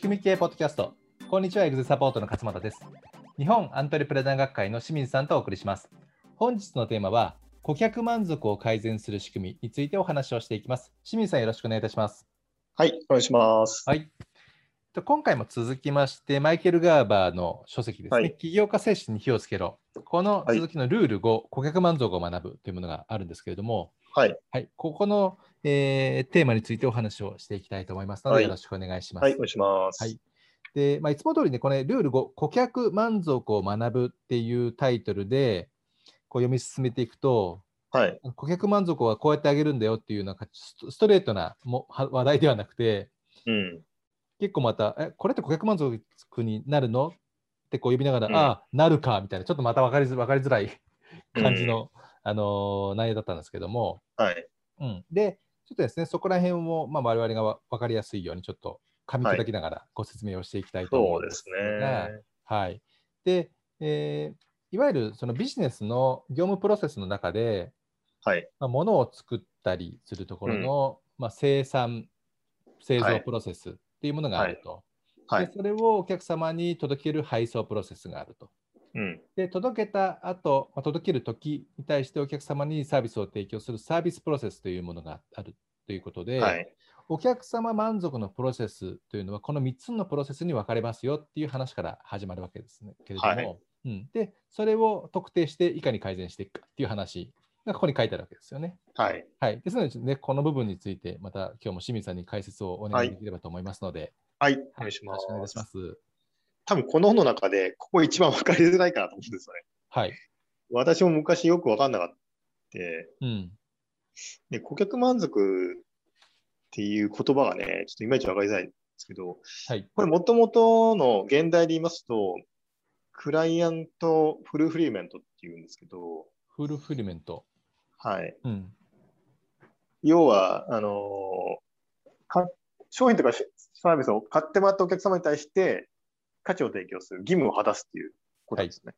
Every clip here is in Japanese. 組み系ポッドキャスト。こんにちは、エグゼサポートの勝俣です。日本アントレプレナー学会の清水さんとお送りします。本日のテーマは、顧客満足を改善する仕組みについてお話をしていきます。清水さん、よろしくお願いいたします。はい、お願いします。はい。と今回も続きまして、マイケル・ガーバーの書籍ですね、はい起業家精神に火をつけろ。このはい続きのルール5、顧客満足を学ぶというものがあるんですけれども、はい、はい、ここの、えーテーマについてお話をしていきたいと思いますので、はいよろしくお願いします。はい、お願いします。はいで、まあ、いつも通りね、これ、ルール5、顧客満足を学ぶっていうタイトルで、こう読み進めていくと、はい、顧客満足はこうやってあげるんだよっていう、なんかストストレートなもは話題ではなくて、うん、結構また、え、これって顧客満足になるのってこう呼びながら、うんああ、なるかみたいな、ちょっとまた分かりづ分かりづらい感じの、あのー内容だったんですけども、はい、うん、で、ちょっとですね、そこら辺を、まあ、我々がわ分かりやすいように、ちょっと噛み砕きながらご説明をしていきたいと思いうそまですすね。はい。で、えーいわゆるそのビジネスの業務プロセスの中で、はい、まあ、物を作ったりするところの、まあ、生産、製は造いプロセスっていうものがあると、はいで。、それをお客様に届ける配送プロセスがあると。うん、で、届けた後、まあ、届ける時に対してお客様にサービスを提供するサービスプロセスというものがあるということで、はい、お客様満足のプロセスというのは、この3つのプロセスに分かれますよっていう話から始まるわけですね。けれども、はいうん、で、それを特定していかに改善していくかっていう話がここに書いてあるわけですよね。はい、はい。ですので、ね、この部分について、また今日も清水さんに解説をお願いはいできればと思いますので、はい、おは願いしよろしくお願いいま。たしますす。多分この本の中で、ここ一番わかりづらいかなと思うんですよね。はい。私も昔よくわかんなかった。うん。で、顧客満足っていう言葉がね、ちょっといまいちわかりづらいんですけど、はい。これもともとの現代で言いますと、クライアントフルフリーメントっていうんですけど、フルフィルメント。はい。うん。要は、あのか商品とかしサービスを買ってもらったお客様に対して価値を提供する、義務を果たすっていうことですね。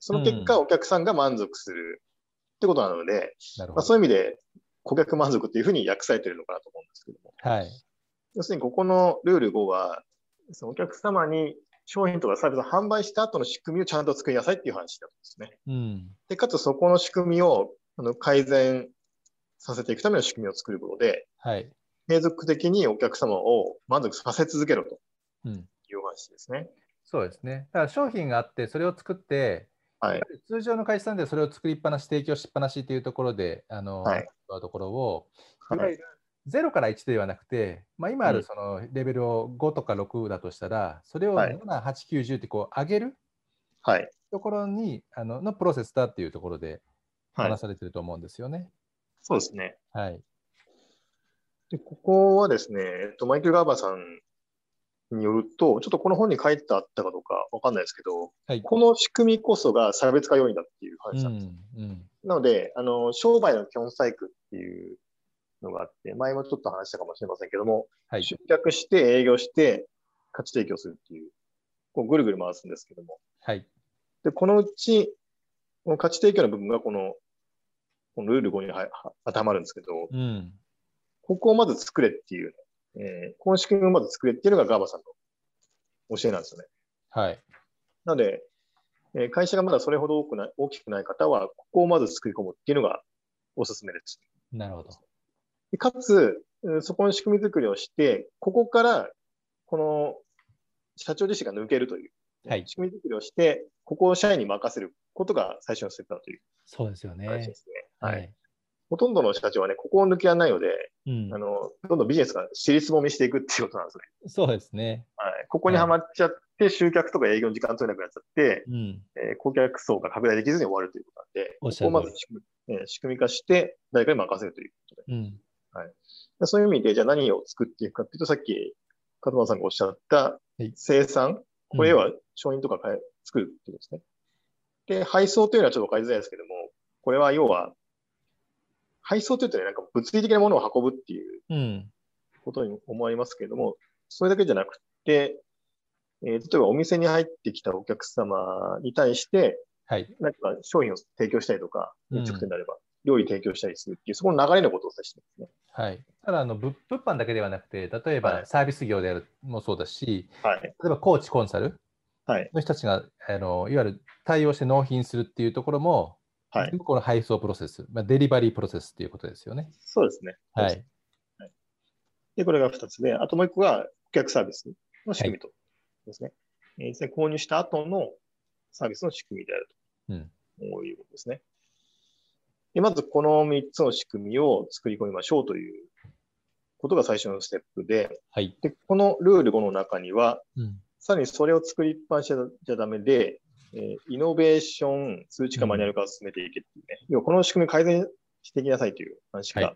その結果、うお客さんが満足するってことなので、なるまほあ、そど。ういう意味で顧客満足っていうふうに訳されてるのかなと思うんですけども、はい。要するにここのルール5は、そのお客様に商品とかサービスを販売した後の仕組みをちゃんと作りなさいっていう話だったんですね。うん。で、かつそこの仕組みをあの改善させていくための仕組みを作ることで、はい。継続的にお客様を満足させ続けろとうん。いうお話ですね。そうですね。だから商品があって、それを作って、はい。通常の会社さんではそれを作りっぱなし、提供しっぱなしっていうところで、あの、はい使うところを、いわはゆい。る0から1ではなくて、まあ、今あうるんそのレベルを5とか6だとしたら、それをはい7、8、9、10ってこう上げるはい。ところに、あの、のプロセスだっていうところではい話、されてると思うんですよね。そうですね。はい。で、ここはですね、えっと、マイケル・ガーバーさんによると、ちょっとこの本に書いてあったかどうかわかんないですけど、はいこの仕組みこそが差別化要因だっていうう話なんです。ん。うん。なので、あの、商売の基本サイクルっていうのがあって、前もちょっと話したかもしれませんけども、はい。集客して営業して価値提供するっていう、こうぐるぐる回すんですけども、はい。で、このうち、この価値提供の部分がこの、このルール5にはは当てはまるんですけど、うん。ここをまず作れっていう、えーこの仕組みをまず作れっていうのがガーバさんの教えなんですよね。はい。なので、えー会社がまだそれほど多くない大きくない方は、ここをまず作り込むっていうのがおすすめです。なるほど。でかつ、うんそこの仕組み作りをして、ここから、この社長自身が抜けるという、はい。仕組み作りをして、ここを社員に任せることが最初のステップだというそうですよ話ねで。すね。はい。い。ほとんどの社長はね、ここを抜けられないので、うんあ。の、どんどんビジネスが尻すぼみしていくっていうことなんですね。そうですね。はい。ここにはまっちゃって、集客とか営業の時間取れなくなっちゃって、うん。えー顧客層が拡大できずに終わるということなんで、おっしゃこるこをま通りず仕組,、えー仕組み化して、誰かに任せるということでうん。でそういう意味で、じゃあ何を作っていくかっていうと、さっき、勝間さんがおっしゃったい、生産、これは商品とか買え作るっていうことですね。で、配送というのはちょっと分かりづらいですけども、これは要は、配送というとね、なんか物理的なものを運ぶっていううん。ことに思いますけれども、それだけじゃなくて、えー例えばお店に入ってきたお客様に対して、はい。なんか商品を提供したりとか、うん飲食店であれば、料理提供したりするっていう、そこの流れのことを指してますね。はい、ただあの物、物販だけではなくて、例えはばいサービス業であるもそうだし、はい。例えばコーチコンサルはい。の人たちがあのいわゆる対応して納品するっていうところも、はい全部この配送プロセス、まあ、デリバリープロセスっていうことですよね。そうですね。はそうですい。で、これが2つで、あともう1個が顧客サービスの仕組みとですね。えー実際購入した後のサービスの仕組みであるうんということですね。でまずこの3つの仕組みを作り込みましょうということが最初のステップで、はい。でこのルール5の中には、うん。さらにそれを作りっぱなしじゃダメで、えーイノベーション、数値化、うんマニュアル化を進めていけっていうね。要はこの仕組み改善していきなさいという話が、は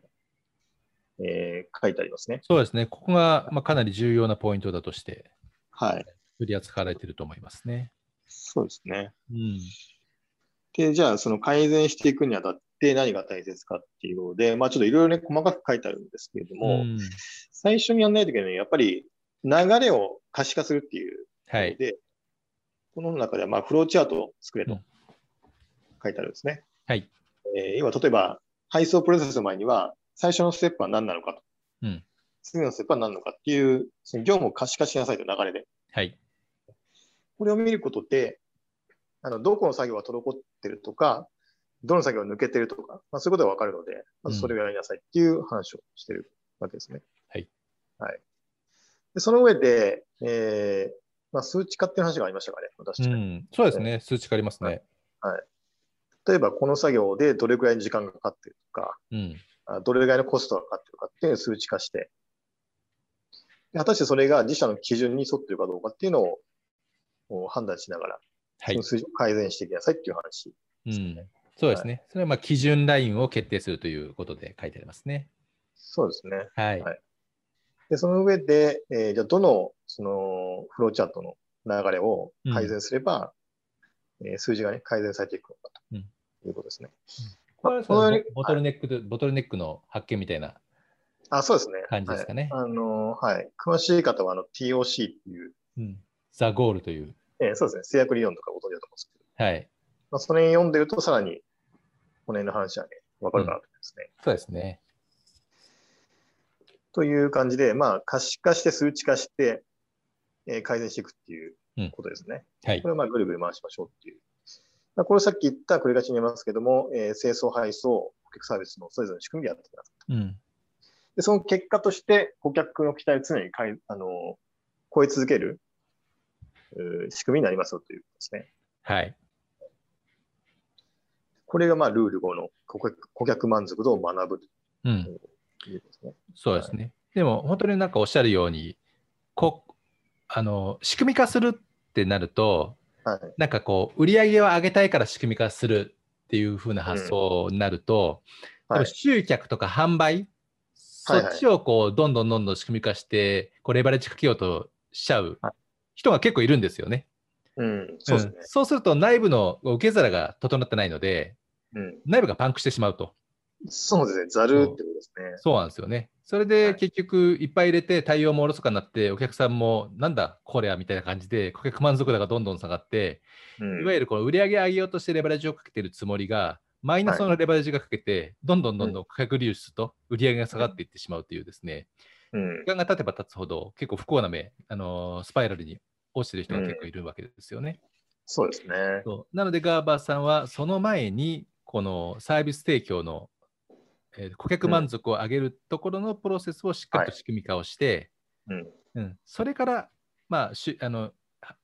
えー書いてありますね。そうですね。ここが、まあ、かなり重要なポイントだとして、はい。取り扱われていると思いますね。そうですね。うん。で、じゃあその改善していくにあたって何が大切かっていうので、まあちょっといろいろね、細かく書いてあるんですけれども、ん最初にやんないといけないのはやっぱり流れを可視化するっていうはのい。で、この中ではまあフローチャートを作れうとん書いてあるんですね。はい。えー要は例えば配送プロセスの前には最初のステップは何なのかと。うん次のステップは何なのかっていう、その業務を可視化しなさいという流れで。はい。これを見ることで、あの、どこの作業が滞ってるとか、どの作業が抜けてるとか、まあ、そういうことがわかるので、まずそれをやりなさいっていう話をしてるわけですね。はい。はい。でその上で、えー、まあ、数値化っていう話がありましたかね、私、うん。そうですね。数値化ありますね。例えば、この作業でどれくらいの時間がかかってるとか、うん。あどれぐらいのコストがかかってるかっていうのを数値化して、で果たしてそれが自社の基準に沿ってるかどうかっていうのをこう判断しながら、はそいの。数字を改善していきなさいっていう話。うん。そうですね。それはまあ基準ラインを決定するということで書いてありますね。そうですね。はい。はいで、その上で、えーじゃあどの、その、フローチャートの流れを改善すれば、えー数字がね、改善されていくのかうんということですね。これはこのようにボボトルネックと、ボトルネックの発見みたいなあ、そうですね。感じですかね。はい、あのーはい。詳しい方は、あの、TOC っていう、うん、ザ・ゴールという。えーそうですね。制約理論とかご存知だと思うんですけど、はい。まあ、それ読んでると、さらに、この辺の話はね、わかるかなと思いますね。そうですね。という感じで、まあ、可視化して、数値化して、えー改善していくっていうことですね。はいこ。れをまあぐるぐる回しましょうっていう。まあこれさっき言った繰り返しになりますけども、えー清掃、配送、顧客サービスのそれぞれの仕組みでやっていきます。うん。で、その結果として、顧客の期待を常にかいあの超え続けるうー仕組みになりますよということですね。はい。これがまあルール5の顧客顧客満足度を学ぶうん。ということですね。そうですね。でも、本当になんかおっしゃるように、こあの仕組み化するってなると、はい。なんかこう、売り上げを上げたいから仕組み化するっていう風な発想になると、はい多分集客とか販売、はいそっちをこう、どんどんどんどん仕組み化して、こうレバレッジかけようとしちゃうは人が結構いるんですよね。うん、そうですねん。そうすると内部の受け皿が整ってないので、うん。内部がパンクしてしまうと。そうですね。ざるってことですね。そうなんですよね。それはでい結局いっぱい入れて対応もおろそかになって、お客さんもなんだこれやみたいな感じで、顧客満足度がどんどん下がって、うんいわゆるこの売り上げ上げようとしてレバレッジをかけてるつもりが、マイナスのレバレッジがかけて、どんどんどんどん顧客流出と売り上げが下がっていってしまうというですね、うん時間が経てば経つほど結構不幸な目、あのースパイラルに落ちてる人が結構いるわけですよね。そうですね。そうなので、ガーバーさんはその前に、このサービス提供の、えー顧客満足を上げるところのプロセスをしっかりと仕組み化をして、うん。うん、それから、まあ、しあの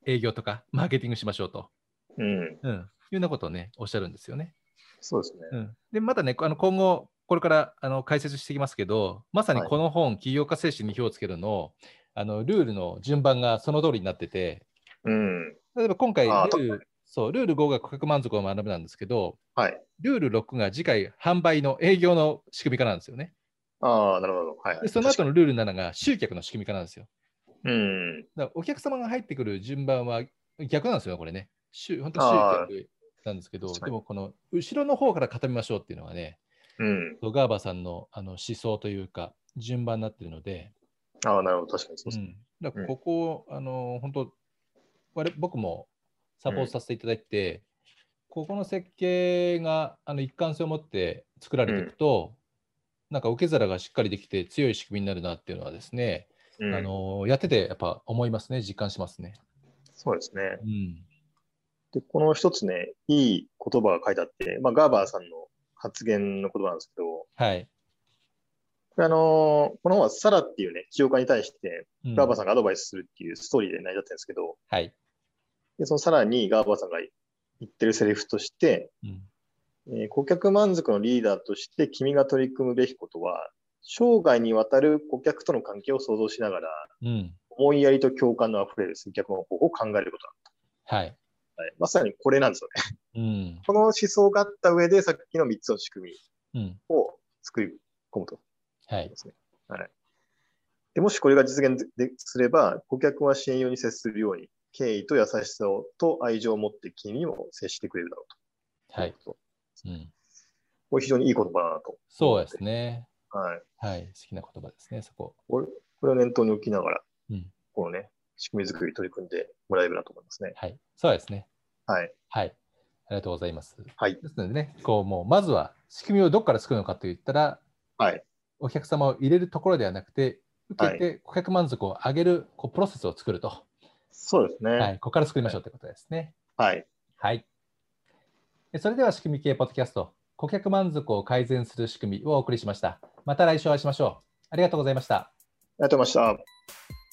営業とかマーケティングしましょうと、うん。うん、いうようなことをね、おっしゃるんですよね。そうですね。うん、で、またね、あの今後、これからあの解説していきますけど、まさにはいこの本、起業家精神に火をつけるのあの、ルールの順番がその通りになってて、うん。例えば今回ルあーール、そう、ルール5が顧客満足を学ぶなんですけど、はい。ルール6が次回販売の営業の仕組み化なんですよね。ああ、なるほど。はい、はでい。その後のルール7が集客の仕組み化なんですよ。うだん。からお客様が入ってくる順番は逆なんですよね、これね。集本当あー集客なんですけど、確かでにもこの後ろの方から固めましょうっていうのがね、うん。ガーバさんのあの思想というか、順番になってるので、ああ、なるほど。確かにそううですね。ん、だからここを、あの本当我々僕もサポートさせていただいて、ここの設計があの一貫性を持って作られていくと、なんか受け皿がしっかりできて強い仕組みになるなっていうのはですね、うんあのやっててやっぱ思いますね、実感しますね。そうですね。うん、で、この一つね、いい言葉が書いてあって、まあ、ガーバーさんの発言の言葉なんですけど、こはい。れあのーこの本はサラっていうね、起業家に対して、うんガーバーさんがアドバイスするっていうストーリーで成り立ってるんですけど、はい。でそのサラにガーバーさんが言ってるセリフとして、うんえー顧客満足のリーダーとして君が取り組むべきことは、生涯にわたる顧客との関係を想像しながら、うん。思いやりと共感のあふれる接客の方法を考えることはい。だ、はい。まさにこれなんですよね。うん。この思想があった上で、さっきの3つの仕組みうん。を作り込むと。はい。でもしこれが実現ですれば、顧客は信用に接するように、敬意と優しさをと愛情を持って君にも接してくれるだろうと。はい。こうん、れ非常にいい言葉だなと。そうですね。はい。はい。好きな言葉ですね、そこ。これこれを念頭に置きながら、うんこのね、仕組み作りに取り組んでもらえればなと思いますね。はい。そうですね。はい。はい。ありがとうございます。はいですのでね、こう、もう、まずは仕組みをどこから作るのかといったら、はい。お客様を入れるところではなくて、受けて顧客満足を上げるこうプロセスを作ると、そうですね。ははいい。ここから作りましょうということですね。はい。えそれでは仕組み系ポッドキャスト、顧客満足を改善する仕組みをお送りしました。また来週お会いしましょう。ありがとうございました。ありがとうございました。